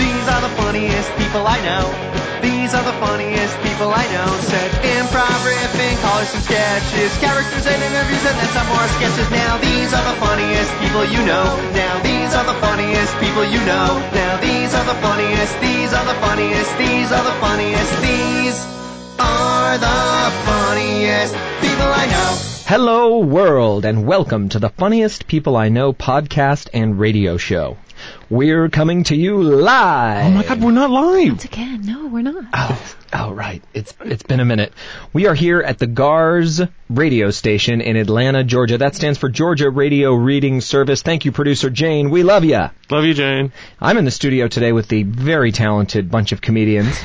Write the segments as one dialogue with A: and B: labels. A: These are the funniest people I know. These are the funniest people I know. Said improv riffing, callers some sketches, characters and interviews, and then some more sketches. Now these are the funniest people you know. Now these are the funniest people you know. Now these are the funniest. These are the funniest. These are the funniest. These are the funniest people I know.
B: Hello, world, and welcome to the Funniest People I Know podcast and radio show. We're coming to you live.
C: Oh my God, we're not live.
D: Again, no, we're not.
B: Oh, oh, right. It's it's been a minute. We are here at the GARS radio station in Atlanta, Georgia. That stands for Georgia Radio Reading Service. Thank you, producer Jane. We love ya.
C: Love you, Jane.
B: I'm in the studio today with the very talented bunch of comedians.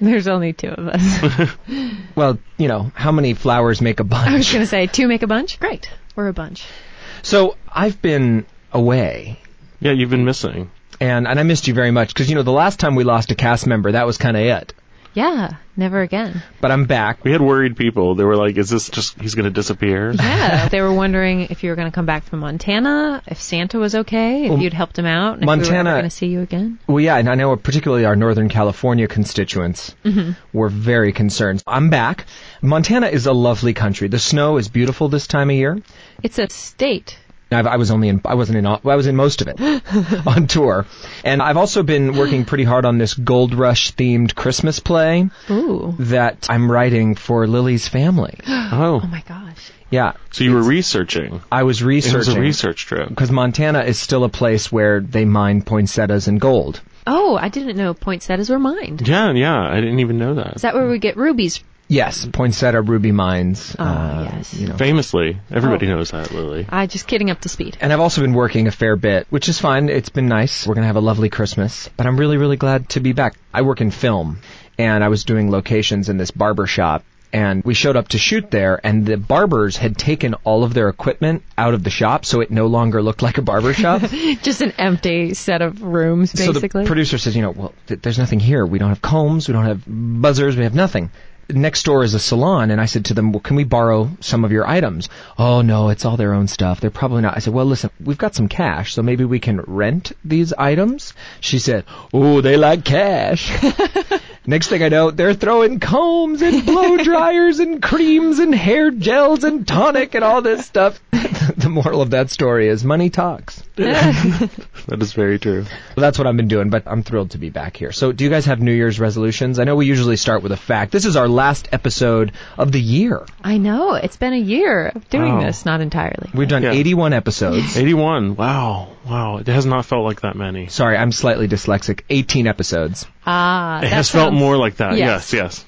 D: There's only two of us.
B: well, you know, how many flowers make a bunch?
D: I was going to say, two make a bunch? Great. We're a bunch.
B: So I've been away
C: Yeah, you've been missing.
B: and and I missed you very much because you know the last time we lost a cast member that was kind of it.
D: Yeah, never again.
B: But I'm back.
C: We had worried people. They were like, "Is this just he's going to disappear?"
D: Yeah, they were wondering if you were going to come back from Montana, if Santa was okay, if
B: Well,
D: you'd helped him out, and if we were
B: Montana-
D: going to see you again.
B: Well, yeah, and I know particularly our Northern California constituents were very concerned. I'm back. Montana is a lovely country. The snow is beautiful this time of year.
D: It's a state.
B: I've, I was only in, I wasn't in, all- I was in most of it on tour. And I've also been working pretty hard on this Gold Rush themed Christmas play
D: Ooh.
B: that I'm writing for Lily's family.
C: Oh,
D: Oh my gosh.
B: Yeah,
C: so you were researching.
B: I was
C: It was a
B: researching.
C: research trip.
B: because Montana is still a place where they mine poinsettias and gold.
D: Oh, I didn't know poinsettias were mined.
C: Yeah, yeah. I didn't even know that.
D: Is that where we get rubies?
B: Yes, poinsettia ruby mines.
D: Oh,
B: uh,
D: yes.
B: you know.
C: Famously, everybody
D: Oh.
C: knows that, Lily.
D: I just kidding up to speed.
B: And I've also been working a fair bit, which is fine. It's been nice. We're going to have a lovely Christmas. But I'm really, really glad to be back. I work in film, and I was doing locations in this barber shop. And we showed up to shoot there, and the barbers had taken all of their equipment out of the shop, so it no longer looked like a barber shop.
D: Just an empty set of rooms,
B: So
D: basically.
B: the producer says, you know, well, th- there's nothing here. We don't have combs. We don't have buzzers. We have nothing. Next door is a salon, and I said to them, well, can we borrow some of your items? Oh no, it's all their own stuff. They're probably not. I said, well, listen, we've got some cash, so maybe we can rent these items. She said, oh, they like cash. Next thing I know, they're throwing combs and blow dryers and creams and hair gels and tonic and all this stuff. the moral of that story is money talks.
C: That is very true.
B: Well, that's what I've been doing, but I'm thrilled to be back here. So, do you guys have New Year's resolutions? I know we usually start with a fact. This is our last episode of the year.
D: I know. It's been a year of doing
C: Wow.
D: this, not entirely.
B: We've done
C: Yeah.
B: 81 episodes.
C: Eighty-one. Wow, wow. It has not felt like that many. It
B: Sorry, I'm slightly dyslexic. 18 episodes.
D: Ah, that
C: has felt
D: sounds-
C: more like that.
D: Yes.
C: Yes, yes.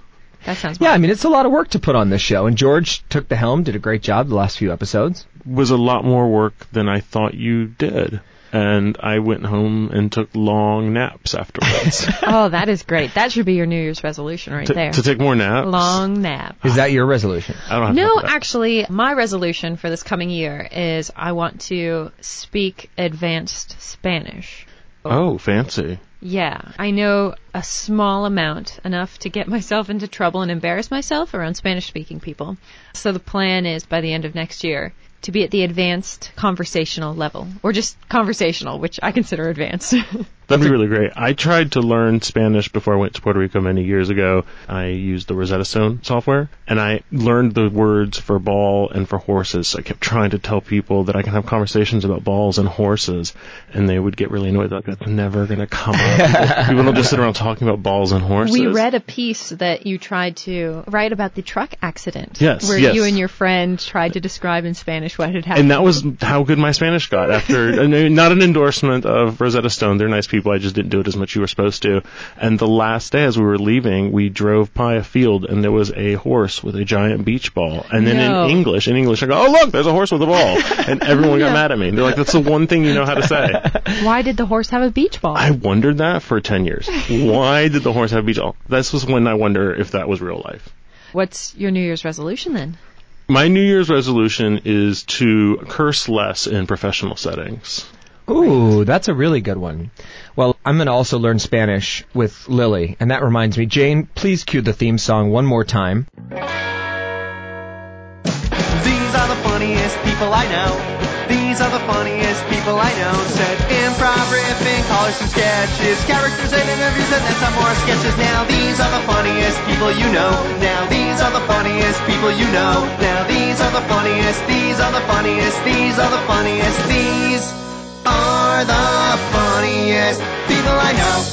D: That sounds
B: Yeah, I mean, it's a lot of work to put on this show, and George took the helm, did a great job the last few episodes.
C: Was a lot more work than I thought you did, and I went home and took long naps afterwards.
D: Oh, that is great. That should be your New Year's resolution right
C: to,
D: there.
C: to take more naps.
D: Long nap.
B: Is that your resolution?
C: I don't have time
D: No,
C: for that.
D: actually, my resolution for this coming year is I want to speak advanced Spanish.
C: Oh, fancy.
D: Yeah, I know a small amount, enough to get myself into trouble and embarrass myself around Spanish speaking people. So the plan is by the end of next year to be at the advanced conversational level, or just conversational, which I consider advanced.
C: That'd be really great. I tried to learn Spanish before I went to Puerto Rico many years ago. I used the Rosetta Stone software, and I learned the words for ball and for horses. So I kept trying to tell people that I can have conversations about balls and horses, and they would get really annoyed. Like, that's never going to come up. People, people don't just sit around talking about balls and horses.
D: We read a piece that you tried to write about the truck accident.
C: Yes,
D: Where
C: yes.
D: you and your friend tried to describe in Spanish what had happened.
C: and that was how good my Spanish got after I mean, not an endorsement of Rosetta Stone. They're nice people. I just didn't do it as much as you were supposed to. And the last day, as we were leaving, we drove by a field, and there was a horse with a giant beach ball. And then
D: No.
C: in English, in English, I go, "Oh look, there's a horse with a ball," and everyone got mad at me. They're like, "That's the one thing you know how to say."
D: Why did the horse have a beach ball?
C: I wondered that for ten years. Why did the horse have a beach ball? This was when I wonder if that was real life.
D: What's your New Year's resolution then?
C: My New Year's resolution is to curse less in professional settings.
B: Ooh, that's a really good one. Well, I'm going to also learn Spanish with Lily, and that reminds me, Jane, please cue the theme song one more time.
A: These are the funniest people I know. These are the funniest people I know. Said improv riffing, callers some sketches, characters and interviews, and then some more sketches. Now these are the funniest people you know. Now these are the funniest people you know. Now these are the funniest. These are the funniest. These are the funniest. These are the funniest people I know.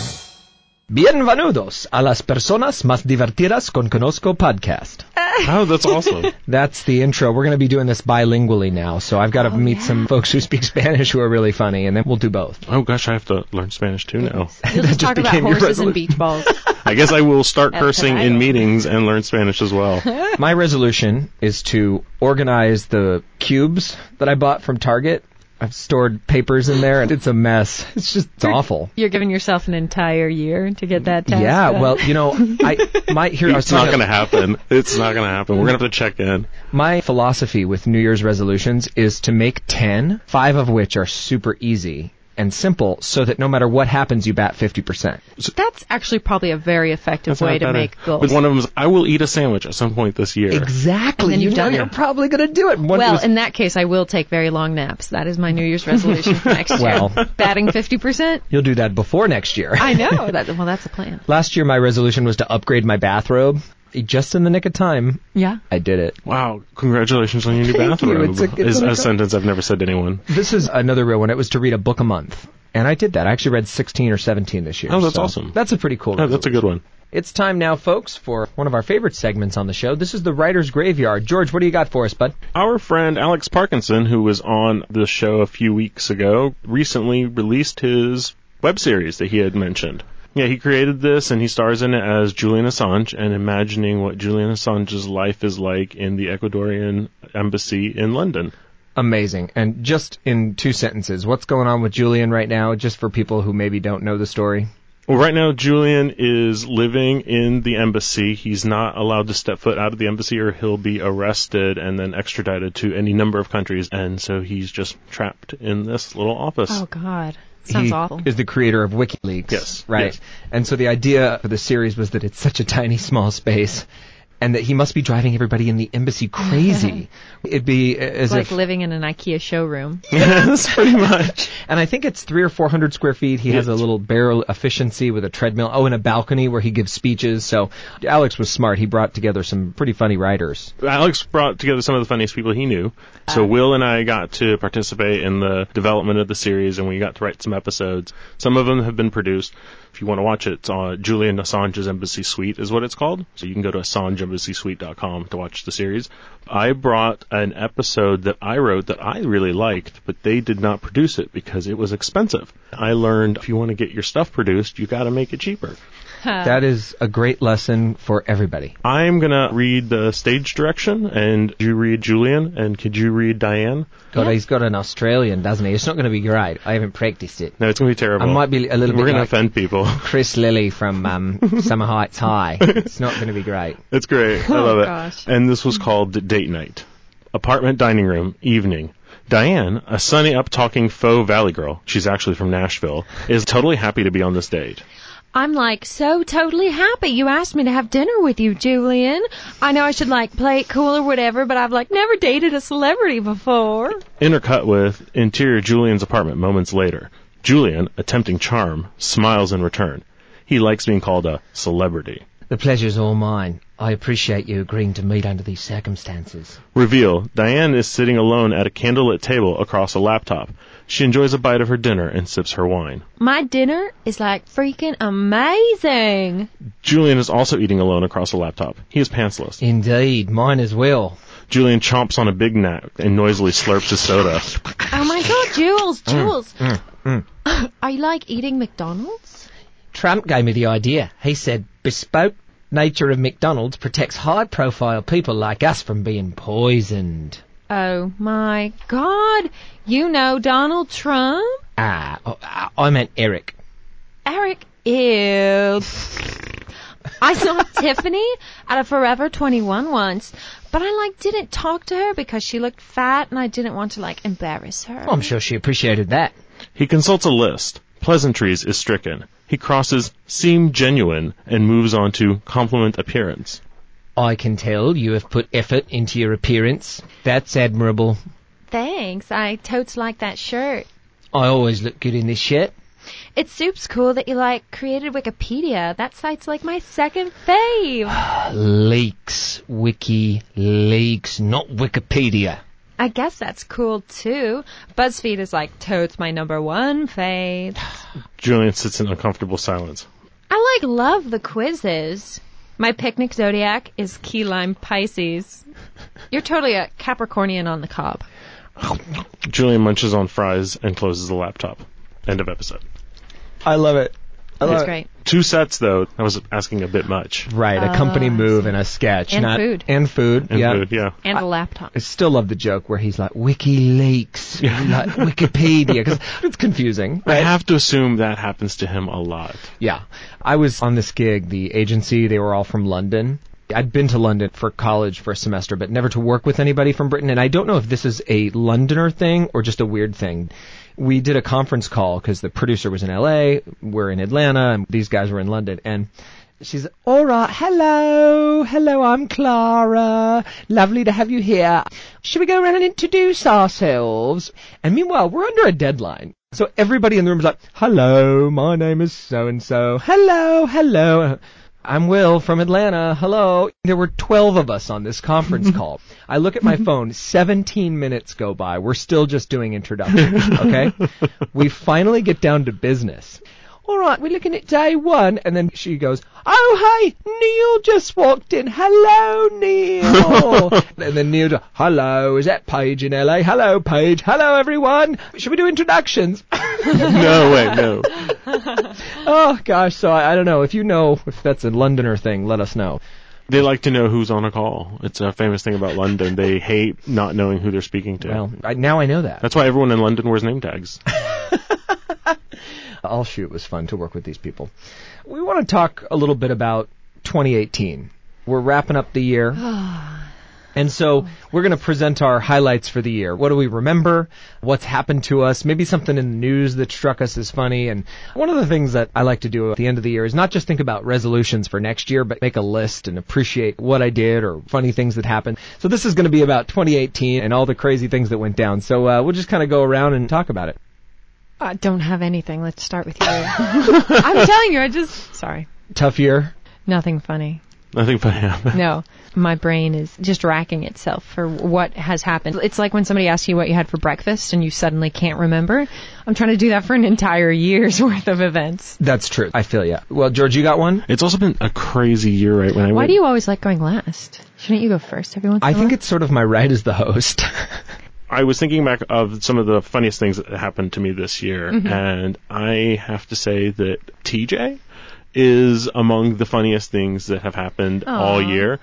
B: Bienvenidos a las personas más divertidas con Conozco podcast.
C: Oh, that's awesome.
B: That's the intro. We're going to be doing this bilingually now, so I've got
D: Oh,
B: to meet some folks who speak Spanish who are really funny, and then we'll do both.
C: oh gosh, I have to learn Spanish too now.
D: You'll
B: That
D: just
B: just
D: talk about
B: became your
D: horses and
B: resolution.
D: beach balls.
C: I guess I will start
D: That's
C: cursing
D: what I
C: in
D: do.
C: meetings and learn Spanish as well.
B: My resolution is to organize the cubes that I bought from Target. I've stored papers in there, and it's a mess. It's just it's awful.
D: You're giving yourself an entire year to get that task.
B: Yeah,
D: done.
B: well, you know, I my here I was
C: It's not
B: talking
C: going to happen. It's not going to happen. We're going to have to check in.
B: My philosophy with New Year's resolutions is to make 10, five of which are super easy and simple so that no matter what happens, you bat 50%.
D: that's actually probably a very effective
C: That's not
D: way to
C: better.
D: make goals.
C: But one of them is, I will eat a sandwich at some point this year.
B: Exactly.
D: And then
B: you
D: you've
B: know
D: done it.
B: You're probably going to do it. One-
D: well,
B: it was-
D: in that case, I will take very long naps. That is my New Year's resolution for next year.
B: Well.
D: Batting 50%?
B: you'll do that before next year.
D: I know. That, well, that's a plan.
B: Last year, my resolution was to upgrade my bathrobe. Just in the nick of time,
D: Yeah.
B: I did it.
C: Wow, congratulations on your new
B: Thank you.
C: bathroom.
B: It's a- it's
C: is
B: a-
C: a sentence I've never said to anyone.
B: This is another real one. It was to read a book a month. And I did that. I actually read 16 or 17 this year.
C: Oh, that's
B: so
C: awesome.
B: That's a pretty cool
C: Oh, that's a good one.
B: It's time now, folks, for one of our favorite segments on the show. This is the Writer's Graveyard. George, what do you got for us, bud?
C: Our friend Alex Parkinson, who was on the show a few weeks ago, recently released his web series that he had mentioned. Yeah, he created this and he stars in it as Julian Assange and imagining what Julian Assange's life is like in the Ecuadorian embassy in London.
B: Amazing. And just in two sentences, what's going on with Julian right now, just for people who maybe don't know the story?
C: Well, right now, Julian is living in the embassy. He's not allowed to step foot out of the embassy or he'll be arrested and then extradited to any number of countries. And so he's just trapped in this little office.
D: Oh, God. Sounds
B: he
D: awful.
B: is the creator of WikiLeaks.
C: Yes,
B: Right.
C: yes.
B: And so the idea for the series was that it's such a tiny, small space and that he must be driving everybody in the embassy crazy. It'd be as
D: It's like
B: if.
D: living in an IKEA showroom.
C: yes, pretty much.
B: And I think it's three or four hundred square feet. He has a
C: Yes.
B: little barrel efficiency with a treadmill. Oh, and a balcony where he gives speeches. So Alex was smart. He brought together some pretty funny writers.
C: Alex brought together some of the funniest people he knew. So Will and I got to participate in the development of the series, and we got to write some episodes. Some of them have been produced. If you want to watch it, it's uh, Julian Assange's Embassy Suite is what it's called. So you can go to AssangeEmbassySuite.com to watch the series. I brought an episode that I wrote that I really liked, but they did not produce it because it was expensive. I learned if you want to get your stuff produced, you got to make it cheaper.
D: Uh.
B: that is a great lesson for everybody.
C: I'm gonna read the stage direction, and you read Julian, and could you read Diane?
B: God, he's got an Australian, doesn't he? It's not going to be great. I haven't practiced it.
C: No, it's gonna be terrible.
B: I might be a little
C: We're
B: bit
C: gonna
B: like-
C: offend people.
B: Chris Lilly from um, Summer Heights High. It's not going to be great.
C: It's great. I love it.
D: gosh.
C: And this was called Date Night. Apartment dining room, evening. Diane, a sunny up talking faux valley girl, she's actually from Nashville, is totally happy to be on this date.
D: I'm like so totally happy you asked me to have dinner with you, Julian. I know I should like play it cool or whatever, but I've like never dated a celebrity before.
C: Intercut with interior Julian's apartment moments later. Julian, attempting charm, smiles in return. He likes being called a celebrity.
B: The pleasure's all mine. I appreciate you agreeing to meet under these circumstances.
C: Reveal Diane is sitting alone at a candlelit table across a laptop. She enjoys a bite of her dinner and sips her wine.
D: My dinner is like freaking amazing.
C: Julian is also eating alone across a laptop. He is pantsless.
B: Indeed, mine as well.
C: Julian chomps on a Big Mac and noisily slurps his soda.
D: Oh my god, Jules,
B: Mm,
D: Jules. Are you like eating McDonald's?
B: Trump gave me the idea. He said bespoke nature of McDonald's protects high profile people like us from being poisoned.
D: Oh my god. You know Donald Trump?
B: Ah, oh, ah, I meant Eric.
D: Eric, ew. I saw Tiffany at a Forever 21 once, but I like didn't talk to her because she looked fat and I didn't want to like embarrass her.
B: Oh, I'm sure she appreciated that.
C: He consults a list. Pleasantries is stricken. He crosses seem genuine and moves on to compliment appearance.
B: I can tell you have put effort into your appearance. That's admirable.
E: Thanks. I totes like that shirt.
B: I always look good in this shit.
E: It's soup's cool that you like created Wikipedia. That site's like my second fave.
B: Leaks. Wiki leaks, not Wikipedia.
E: I guess that's cool too. BuzzFeed is like totes my number one fave.
C: Julian sits in uncomfortable silence.
E: I like love the quizzes. My picnic zodiac is key lime Pisces. You're totally a Capricornian on the cob.
C: Julian munches on fries and closes the laptop. End of episode.
B: I love it. I love
E: That's
B: it.
E: great.
C: Two sets though. I was asking a bit much.
B: Right, a company move and a sketch,
D: And
B: not
D: food.
B: and food.
C: And
B: yeah,
C: food, yeah.
D: and a laptop.
B: I still love the joke where he's like WikiLeaks, like Wikipedia, because it's confusing,
C: I
B: right?
C: have to assume that happens to him a lot.
B: Yeah. I was on this gig, the agency, they were all from London. I'd been to London for college for a semester, but never to work with anybody from Britain. And I don't know if this is a Londoner thing or just a weird thing. We did a conference call because the producer was in LA, we're in Atlanta, and these guys were in London. And she's, all right, hello, hello, I'm Clara. Lovely to have you here. Should we go around and introduce ourselves? And meanwhile, we're under a deadline. So everybody in the room is like, hello, my name is so and so. Hello, hello. I'm Will from Atlanta. Hello. There were 12 of us on this conference call. I look at my phone, 17 minutes go by. We're still just doing introductions, okay? we finally get down to business. All right, we're looking at day one, and then she goes, "Oh hey, Neil just walked in. Hello, Neil." and then Neil, "Hello, is that Paige in LA? Hello, Paige. Hello, everyone. Should we do introductions?"
C: No way, no.
B: oh gosh, so I, I don't know. If you know if that's a Londoner thing, let us know.
C: They like to know who's on a call. It's a famous thing about London. They hate not knowing who they're speaking to.
B: Well, I, now I know that.
C: That's why everyone in London wears name tags.
B: I'll shoot. It was fun to work with these people. We want to talk a little bit about 2018. We're wrapping up the year. And so we're going to present our highlights for the year. What do we remember? What's happened to us? Maybe something in the news that struck us as funny. And one of the things that I like to do at the end of the year is not just think about resolutions for next year, but make a list and appreciate what I did or funny things that happened. So this is going to be about 2018 and all the crazy things that went down. So uh, we'll just kind of go around and talk about it.
D: I Uh, don't have anything. Let's start with you. I'm telling you, I just sorry,
B: Tough year.
D: nothing funny.
C: Nothing but him.
D: No, my brain is just racking itself for what has happened. It's like when somebody asks you what you had for breakfast and you suddenly can't remember. I'm trying to do that for an entire year's worth of events.
B: That's true. I feel you. Well, George, you got one?
C: It's also been a crazy year, right? When I
D: Why
C: went,
D: do you always like going last? Shouldn't you go first every once in
B: I
D: a
B: think
D: while?
B: it's sort of my right as the host.
C: I was thinking back of some of the funniest things that happened to me this year,
D: Mm-hmm.
C: and I have to say that TJ is among the funniest things that have happened all year.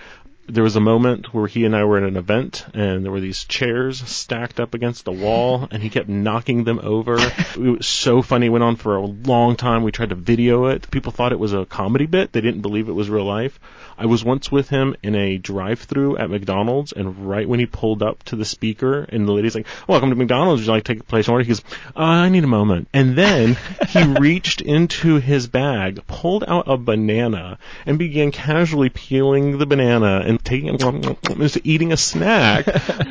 C: There was a moment where he and I were at an event, and there were these chairs stacked up against the wall, and he kept knocking them over. it was so funny. It went on for a long time. We tried to video it. People thought it was a comedy bit. They didn't believe it was real life. I was once with him in a drive-through at McDonald's, and right when he pulled up to the speaker, and the lady's like, "Welcome to McDonald's. Would you like to take a place in order?" He goes, uh, "I need a moment." And then he reached into his bag, pulled out a banana, and began casually peeling the banana and taking and just eating a snack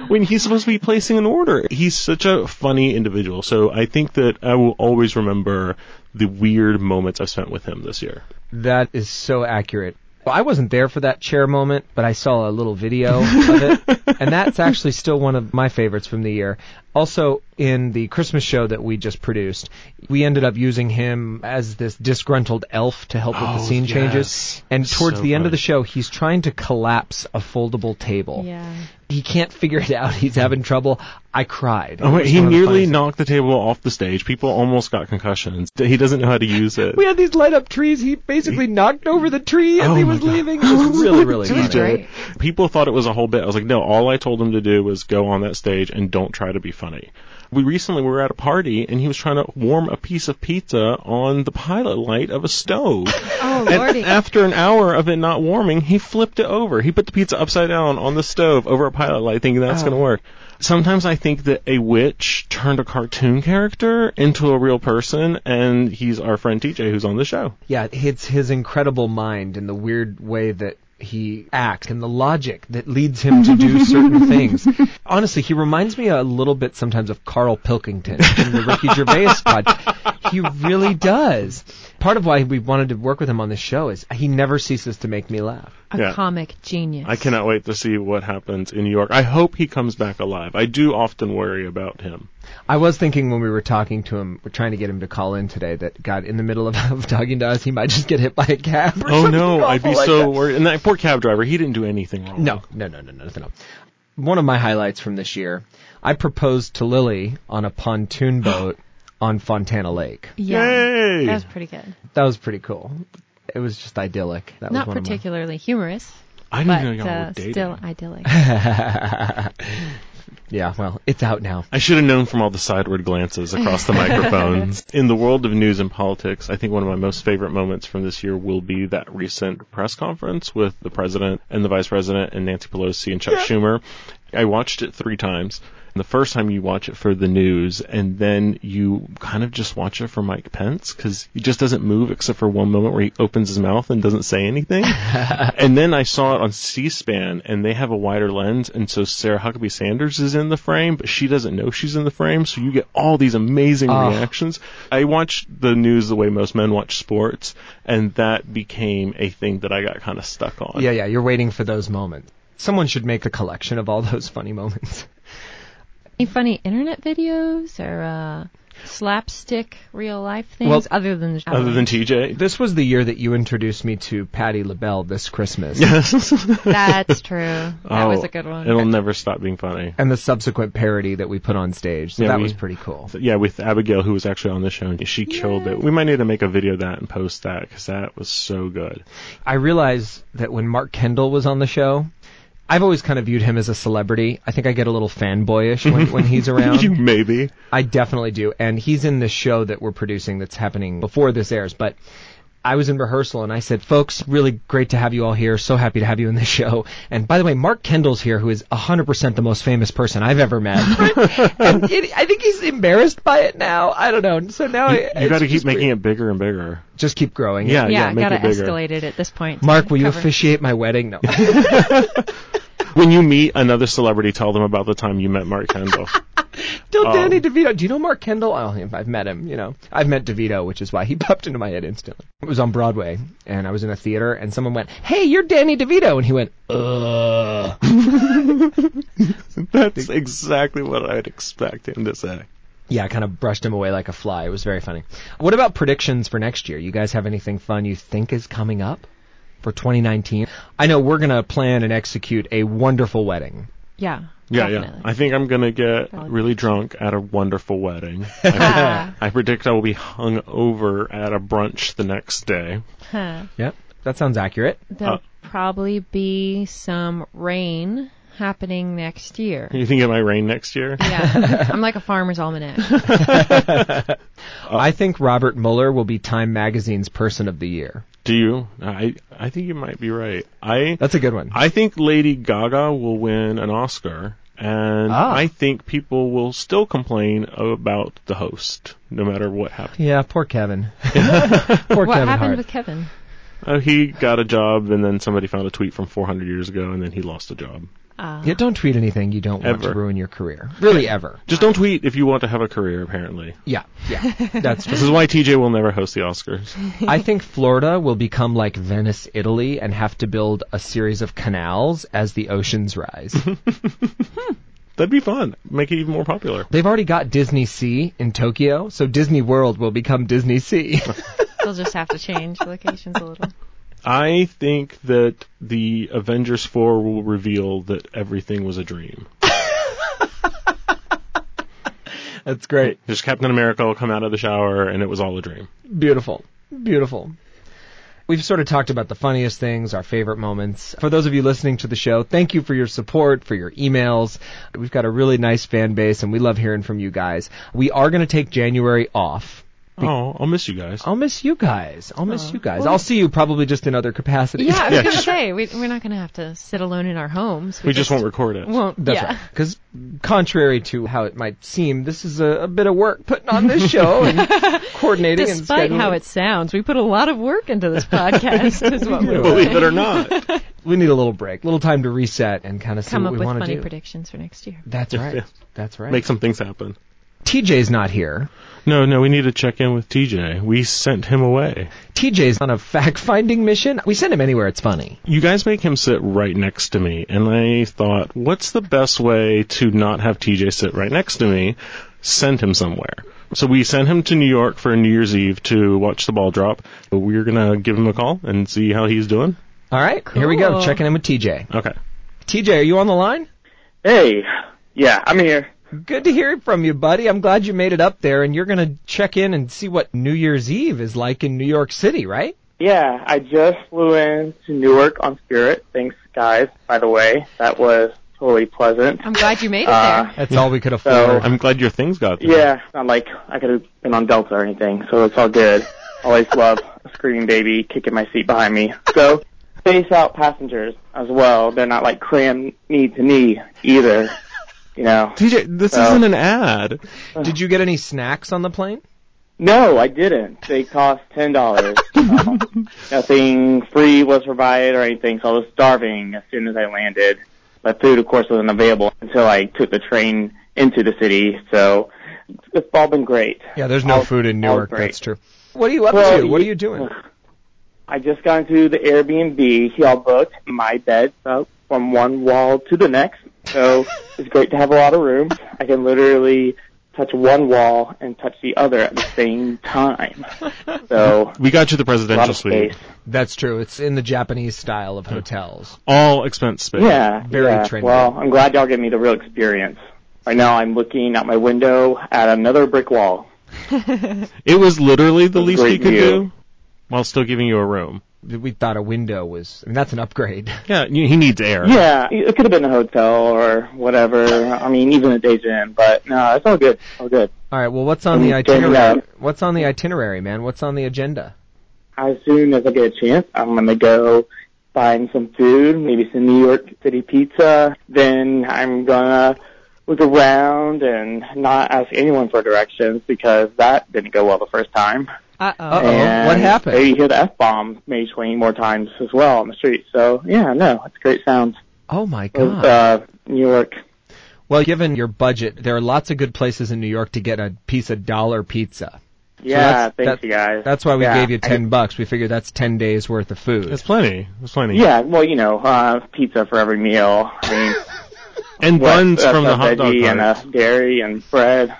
C: when he's supposed to be placing an order. He's such a funny individual. So I think that I will always remember the weird moments I've spent with him this year.
B: That is so accurate. Well, I wasn't there for that chair moment, but I saw a little video of it, and that's actually still one of my favorites from the year. Also, in the Christmas show that we just produced, we ended up using him as this disgruntled elf to help with the
C: Oh,
B: scene changes.
C: yes.
B: And towards
C: So
B: the end of
C: funny.
B: the show, he's trying to collapse a foldable table.
D: Yeah.
B: He can't figure it out. He's having trouble. I cried.
C: Oh,
B: It
C: wait,
B: was
C: he
B: one of the
C: nearly
B: funniest-
C: knocked the table off the stage. People almost got concussions. He doesn't know how to use it.
B: We had these light up trees. He basically knocked over the tree as
C: Oh
B: he
C: my
B: was
C: God.
B: leaving. It was really, really
C: He
B: funny.
C: did. People thought it was a whole bit. I was like, no, all I told him to do was go on that stage and don't try to be funny. We recently were at a party and he was trying to warm a piece of pizza on the pilot light of a stove.
D: Oh,
C: And
D: Lordy.
C: after an hour of it not warming, he flipped it over. He put the pizza upside down on the stove over a pilot light, thinking that's going to work. Sometimes I think that a witch turned a cartoon character into a real person, and he's our friend TJ who's on the show.
B: Yeah, it's his incredible mind and the weird way that he acts and the logic that leads him to do certain things. Honestly, he reminds me a little bit sometimes of Carl Pilkington in the Ricky Gervais podcast. He really does. Part of why we wanted to work with him on this show is he never ceases to make me laugh.
D: A
C: Yeah.
D: comic genius.
C: I cannot wait to see what happens in New York. I hope he comes back alive. I do often worry about him.
B: I was thinking when we were talking to him, we're trying to get him to call in today, that God, in the middle of, of talking to us, he might just get hit by a cab. or
C: Oh
B: something
C: no,
B: awful
C: I'd be
B: like
C: so
B: that.
C: worried. And that poor cab driver, he didn't do anything wrong.
B: No, no, no, no, no, nothing else. One of my highlights from this year, I proposed to Lily on a pontoon boat on Fontana Lake.
C: Yay!
D: That was pretty good.
B: That was pretty cool. It was just idyllic. That
D: Not
B: was one
D: particularly humorous,
C: I didn't
D: but
C: know y'all were
D: uh,
C: dating.
D: still idyllic.
B: Of my... yeah, well, it's out now.
C: I should have known from all the sideward glances across the microphones. In the world of news and politics, I think one of my most favorite moments from this year will be that recent press conference with the president and the vice president and Nancy Pelosi and Chuck Schumer. I watched it three times. And the first time you watch it for the news, and then you kind of just watch it for Mike Pence because he just doesn't move except for one moment where he opens his mouth and doesn't say anything. and then I saw it on C-SPAN, and they have a wider lens, and so Sarah Huckabee Sanders is in the frame, but she doesn't know she's in the frame, so you get all these amazing
B: Oh.
C: reactions. I watch the news the way most men watch sports, and that became a thing that I got kind of stuck on.
B: Yeah, yeah, you're waiting for those moments. Someone should make a collection of all those funny moments.
D: Any funny internet videos or uh, slapstick real life things
B: Well,
D: other than
C: Other than TJ,
B: This was the year that you introduced me to Patty LaBelle this Christmas
D: that's true. That
C: Oh,
D: was a good one.
C: it'll never stop being funny.
B: and the subsequent parody that we put on stage. So
C: Yeah,
B: that
C: we-
B: was pretty cool.
C: Yeah, with Abigail, who was actually on the show, and she killed it. We might need to make a video of that and post that because that was so good.
B: I realize that when Mark Kendall was on the show, I've always kind of viewed him as a celebrity. I think I get a little fanboyish when, when he's
C: you
B: around.
C: maybe.
B: I definitely do. And he's in the show that we're producing that's happening before this airs. But I was in rehearsal and I said, folks, really great to have you all here. So happy to have you in the show. And by the way, Mark Kendall's here, who is 100% the most famous person I've ever met. and it, I think he's embarrassed by it now. I don't know. So now
C: You,
B: I- it's
C: got to keep
B: just
C: making
B: weird.
C: it bigger and bigger.
B: Just keep growing.
C: Yeah,
D: yeah,
C: make
D: gotta
C: it bigger.
D: escalate it at this point.
B: Mark, will you
D: Cover.
B: officiate my wedding? No.
C: When you meet another celebrity, tell them about the time you met Mark Kendall.
B: Don't
C: Um,
B: Danny DeVito. Do you know Mark Kendall? Oh, him- I've met him. You know, I've met DeVito, which is why he popped into my head instantly. It was on Broadway, and I was in a theater, and someone went, "Hey, you're Danny DeVito," and he went, "Uh."
C: That's exactly what I'd expect him to say.
B: yeah, I kind of brushed him away like a fly. It was very funny. What about predictions for next year? You guys have anything fun you think is coming up for 2019? I know we're gonna plan and execute a wonderful wedding.
D: Yeah.
C: Yeah,
D: definitely.
C: yeah. I think I'm gonna get
D: Probably.
C: really drunk at a wonderful wedding. I, I predict I will be hung over at a brunch the next day.
D: Huh.
B: Yep, that sounds accurate.
D: There'll
C: Uh,
D: probably be some rain happening next year.
C: You think it might rain next year?
D: Yeah. I'm like a farmer's almanac.
B: I think Robert Mueller will be Time Magazine's Person of the Year.
C: Do you? I I think you might be right. I
B: That's a good one.
C: I think Lady Gaga will win an Oscar, and
B: Ah.
C: I think people will still complain about the host, no matter what happens.
B: Yeah, poor Kevin. poor
D: what
B: Kevin
D: happened
B: Hart.
D: with Kevin?
C: Uh, he got a job, and then somebody found a tweet from 400 years ago, and then he lost a job.
D: Uh,
B: yeah, don't tweet anything you don't want to
C: Ever.
B: ruin your career. Really, ever.
C: Just don't tweet if you want to have a career, apparently.
B: Yeah, yeah. That's
C: This is why TJ will never host the Oscars.
B: I think Florida will become like Venice, Italy, and have to build a series of canals as the oceans rise.
C: That'd be fun. Make it even more popular.
B: They've already got Disney Sea in Tokyo, so Disney World will become Disney Sea.
D: They'll just have to change locations a little.
C: I think that the Avengers 4 will reveal that everything was a dream.
B: That's great.
C: Just Captain America will come out of the shower, and it was all a dream.
B: Beautiful. Beautiful. We've sort of talked about the funniest things, our favorite moments. For those of you listening to the show, thank you for your support, for your emails. We've got a really nice fan base and we love hearing from you guys. We are going to take January off.
C: Oh, I'll miss you guys.
B: I'll miss you guys. I'll miss you guys. I'll see you probably just in other capacities.
E: Yeah, I was
C: Yeah,
E: gonna
C: sure.
E: say we, we're not gonna have to sit alone in our homes.
C: we just won't record it.
E: won't.
B: That's
E: yeah.
B: right. Because contrary to how it might seem, this is a, a bit of work putting on this show and coordinating
E: Despite
B: and scheduling.
E: how it sounds, we put a lot of work into this podcast. is what we
C: Believe it or not.
B: we need a little break, a little time to reset and kind of see
E: come
B: what
E: up
B: we
E: with
B: want to
E: funny
B: do.
E: predictions for next year.
B: That's right.
C: Yeah.
B: That's right.
C: Make some things happen.
B: TJ's not here.
C: No, no, we need to check in with TJ. We sent him away.
B: TJ's on a fact-finding mission. We send him anywhere it's funny.
C: You guys make him sit right next to me, and I thought, what's the best way to not have TJ sit right next to me? Send him somewhere. So we sent him to New York for New Year's Eve to watch the ball drop. But We're gonna give him a call and see how he's doing.
B: All right, here we go.
E: Cool.
B: Checking in with TJ.
C: Okay.
B: TJ, are you on the line?
F: Hey, yeah, I'm here.
B: Good to hear from you, buddy. I'm glad you made it up there, and you're going to check in and see what New Year's Eve is like in New York City, right?
F: Yeah, I just flew in to Newark on Spirit. Thanks, guys. By the way, that was totally pleasant.
E: I'm glad you made it
F: Uh,
E: there.
B: That's all we could
F: So-
B: afford.
C: I'm glad your things got there.
F: Yeah, it's not like I could have been on Delta or anything, so it's all good. Always love a screaming baby kicking my seat behind me. So, space out passengers as well. They're not like crammed knee to knee either. You know.
C: TJ, this
F: Oh. Uh-huh.
C: isn't an ad.
B: Did you get any snacks on the plane?
F: No, I didn't. They cost ten dollars. nothing free was provided or anything, so I was starving as soon as I landed. But food, of course, wasn't available until I took the train into the city. So it's all been great.
B: Yeah, there's no
F: All-
B: food in
F: all
B: Newark.
F: great.
B: That's true. What are you up
F: Well,
B: to? What are
F: you-
B: you doing?
F: I just got into the Airbnb. Y'all booked my beds up from one wall to the next. So it's great to have a lot of room. I can literally touch one wall and touch the other at the same time. So
C: We got you the
F: a lot
C: presidential
F: of
C: suite.
F: space.
B: That's true. It's in the Japanese style of hotels.
C: All expense spaid.
F: Yeah,
B: Very
F: yeah.
B: trendy.
F: Well, I'm glad y'all gave me the real experience. Right now, I'm looking out my window at another brick wall.
C: It was literally the least we
F: Great
C: could
F: view.
C: do while still giving you a room.
B: We thought a window was. I mean, that's an upgrade.
C: Yeah, y- he needs air.
F: Yeah, it could have been a hotel or whatever. I mean, even a day gym, but no, it's all good. All good.
B: All right. Well, what's on the
F: Mm, turn it
B: itinerary?
F: up.
B: What's on the itinerary, man? What's on the agenda?
F: As soon as I get a chance, I'm gonna go find some food, maybe some New York City pizza. Then I'm gonna look around and not ask anyone for directions because that didn't go well the first time.
E: Uh
B: Uh-oh.
E: oh.
F: And
B: what happened?
F: They hear the F bomb maybe 20 more times as well on the street. So, yeah, no, it's great sound.
B: Oh my
F: It was,
B: God.
F: uh, New York.
B: well, given your budget, there are lots of good places in New York to get a piece of dollar pizza.
F: Yeah,
B: that's-
F: thanks,
B: that-
F: you guys.
B: That's why we
F: Yeah,
B: gave you
F: I-
B: ten bucks. We figured that's ten days worth of food.
C: It's plenty. It's plenty.
F: yeah, well, you know, uh, pizza for every meal. I mean,
C: And
F: what-
C: buns
F: uh,
C: from
F: a
C: the hot dog
F: veggie and
C: cart.
F: a dairy and bread.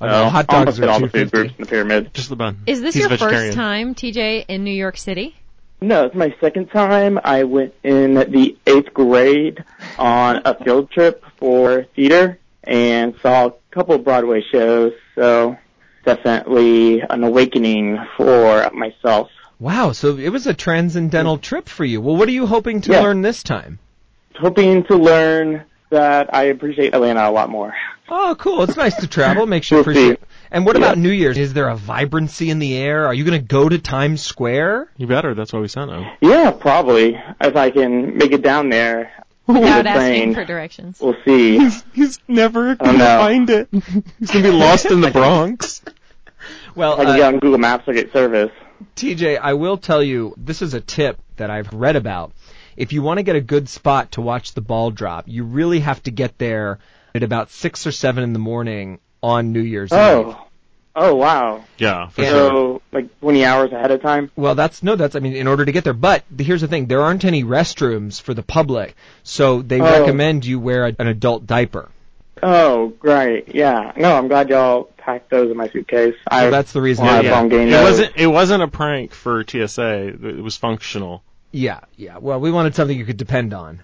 B: I don't know,
F: So,
B: Oh, hot
F: almost
B: dogs
F: fit all
B: are two
F: the food groups
B: fifty.
F: in the pyramid.
C: Just the bun.
E: Is this
C: He's
E: your
C: vegetarian.
E: first time, TJ, in New York City?
F: No, it's my second time. I went in the eighth grade on a field trip for theater and saw a couple of Broadway shows. So definitely an awakening for myself.
B: Wow. So it was a transcendental trip for you. Well, what are you hoping to
F: Mm. Yeah.
B: learn this time?
F: Hoping to learn that I appreciate Atlanta a lot more.
B: Oh, cool. It's nice to travel. Makes you
F: We'll see.
B: appreciate. And what about New Year's? Is there a vibrancy in the air? Are you going to go to Times Square?
C: You better. That's why we sent him.
F: Yeah, probably if I can make it down there.
E: Without
F: Good
E: asking
F: thing.
E: for directions.
F: We'll see.
C: He's never
F: gonna know. find
C: it. He's gonna be lost in the Bronx.
B: Well,
F: If I can
B: uh,
F: get on Google Maps or get service.
B: TJ, I will tell you, this is a tip that I've read about. If you want to get a good spot to watch the ball drop, you really have to get there at about six or seven in the morning on New Year's Eve.
F: Oh, oh wow.
C: Yeah, for
B: Yeah.
C: sure.
F: So like 20 hours ahead of time.
B: Well, that's no, that's I mean, in order to get there. But th- here's the thing: there aren't any restrooms for the public, so they
F: Oh.
B: recommend you wear a, an adult diaper.
F: Oh, great. Yeah. No, I'm glad y'all packed those in my suitcase. I
B: So that's the reason.
F: Well,
B: why-
F: Yeah, yeah. I'm getting
C: It
F: those.
C: wasn't. It wasn't a prank for TSA. It was functional.
B: yeah, yeah. Well, we wanted something you could depend on.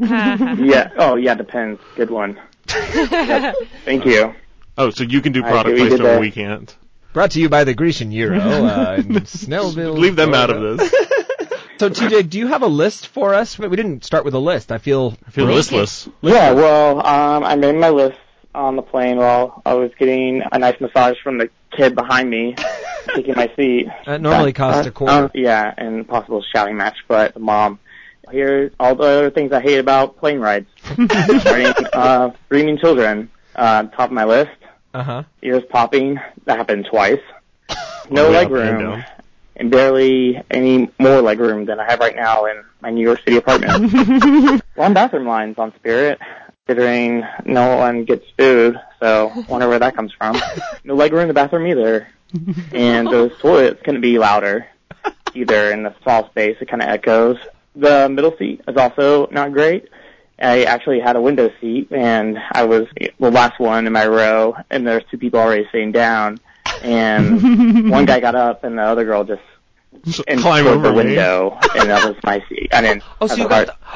F: yeah. Oh, yeah. Depends. Good one. Yep. Thank you.
C: Oh, so you can do
F: I
C: product
F: see what you did
C: placement.
F: there.
C: We can't.
B: Brought to you by the Grecian Euro uh, in Snellville.
C: Leave them out
B: Florida.
C: of this.
B: So TJ, do you have a list for us? We we didn't start with a list. I feel
C: I feel listless.
F: Yeah. Well, um, I made my list on the plane while I was getting a nice massage from the kid behind me. taking my seat.
B: That Uh, normally costs a quarter.
F: Uh, yeah, and possible shouting match, but mom. Here, all the other things I hate about plane rides. Starting, uh, screaming children, uh, top of my list.
B: Uh huh.
F: Ears popping, that happened twice. No
C: All the way
F: leg
C: up and
F: room,
C: down.
F: and barely any more leg room than I have right now in my New York City apartment. Long bathroom lines on Spirit, considering no one gets food, so wonder where that comes from. No leg room in the bathroom either, and those toilets couldn't be louder either in the small space. It kind of echoes. The middle seat is also not great. I actually had a window seat and I was the last one in my row and there's two people already sitting down and one guy got up and the other girl just
C: Just
F: and
C: climb
F: towards
C: over
F: the
C: me.
F: window and that was my seat. I didn't
B: Oh, so
F: have
B: you
F: the heart
B: got the-
F: to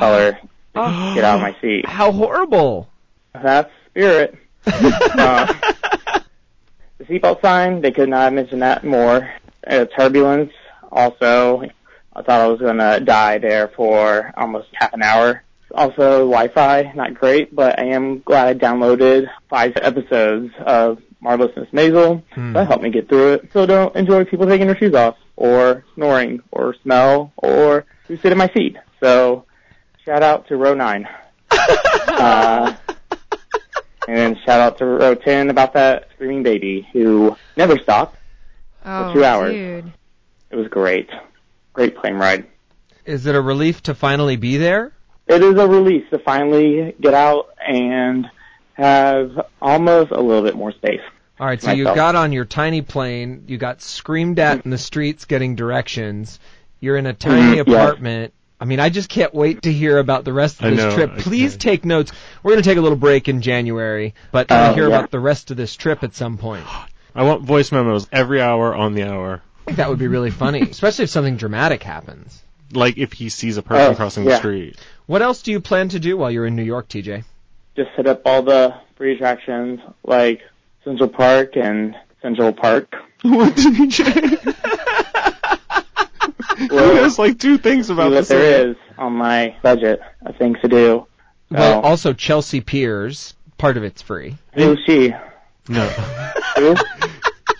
F: tell her to get out of my seat.
B: How horrible!
F: That's spirit. uh, the seatbelt sign, they could not have mentioned that more. Uh, turbulence, also. I thought I was going to die there for almost half an hour. Also, Wi-Fi, not great, but I am glad I downloaded five episodes of Marvelous Miss Maisel. That helped me get through it. So don't enjoy people taking their shoes off, or snoring, or smell, or who sit in my seat. So, shout out to row nine. uh, and then shout out to row ten about that screaming baby who never stopped.
D: Oh,
F: two hours.
D: dude.
F: It was great. Great plane ride.
B: Is it a relief to finally be there?
F: It is a release to finally get out and have almost a little bit more space.
B: All right, so you
F: Myself.
B: got on your tiny plane. You got screamed at in the streets getting directions. You're in a tiny
F: Mhm, yes.
B: apartment. I mean, I just can't wait to hear about the rest
C: I
B: of this
C: know,
B: trip.
C: I
B: Please
C: can't.
B: take notes. We're going to take a little break in January, but I
F: Oh,
B: hear
F: yeah.
B: about the rest of this trip at some point.
C: I want voice memos every hour on the hour.
B: I think that would be really funny, especially if something dramatic happens.
C: Like if he sees a person
F: Oh,
C: crossing the
F: yeah.
C: street.
B: What else do you plan to do while you're in New York, TJ?
F: Just hit up all the free attractions like Central Park and Central Park.
C: What did he say?
F: Well,
C: There's like two things about
F: see what
C: this.
F: there is on my budget of things to do.
B: Well,
F: Oh.
B: also Chelsea Piers. Part of it's free.
F: Who's she?
C: No.
F: Who?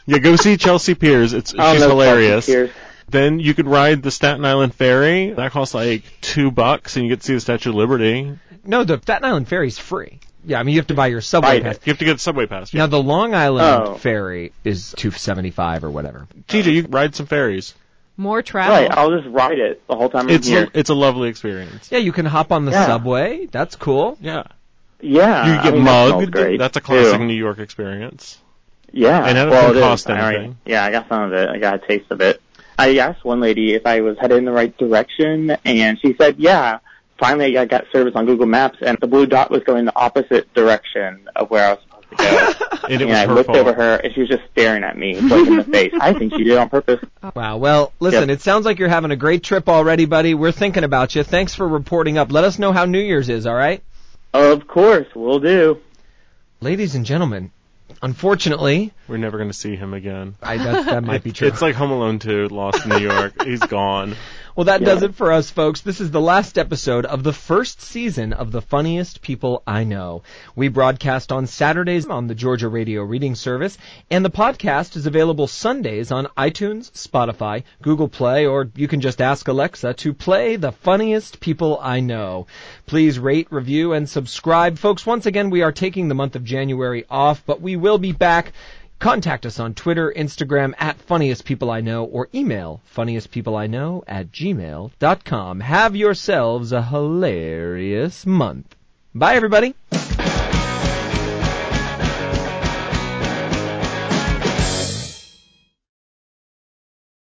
C: Yeah, go see Chelsea Piers. It's
F: I don't
C: she's
F: know,
C: hilarious.
F: Chelsea Piers.
C: Then you could ride the Staten Island ferry. That costs like two bucks, and you get to see the Statue of Liberty.
B: No, the Staten Island ferry's free. Yeah, I mean you have to buy your subway
F: Right.
B: pass.
C: You have to get a subway pass.
B: Now the Long Island
F: Oh.
B: ferry is two seventy five or whatever.
C: TJ, you ride some ferries.
D: More travel.
F: Right, I'll just ride it the whole time I'm
C: It's
F: here.
C: a, it's a lovely experience.
B: Yeah, you can hop on the
F: Yeah.
B: subway. That's cool.
C: Yeah,
F: yeah,
C: you get
F: Uh, I mean, that smells
C: mugged.
F: Great
C: That's a classic
F: too.
C: New York experience.
F: Yeah.
C: And that doesn't
F: well, it is.
C: cost
F: I already-
C: anything.
F: yeah, I got some of it. I got a taste of it. I asked one lady if I was headed in the right direction, and she said, yeah. Finally, I got service on Google Maps, and the blue dot was going the opposite direction of where I was supposed to go.
C: And it
F: and
C: was
F: I
C: her
F: looked
C: fault.
F: over her, and she was just staring at me, like in the face. I think she did it on purpose.
B: Wow. Well, listen,
F: Yeah.
B: it sounds like you're having a great trip already, buddy. We're thinking about you. Thanks for reporting up. Let us know how New Year's is. All right.
F: Of course, we'll do.
B: Ladies and gentlemen, unfortunately,
C: We're never going to see him again.
B: I, that, that might be true.
C: It's like Home Alone 2, Lost in New York. He's gone.
B: Well, that does
F: Yeah.
B: it for us, folks. This is the last episode of the first season of The Funniest People I Know. We broadcast on Saturdays on the Georgia Radio Reading Service, and the podcast is available Sundays on iTunes, Spotify, Google Play, or you can just ask Alexa to play The Funniest People I Know. Please rate, review, and subscribe. Folks, once again, we are taking the month of January off, but we will be back. Contact us on Twitter, Instagram, at Funniest People I Know, or email funniestpeopleiknow at gmail.com. Have yourselves a hilarious month. Bye, everybody.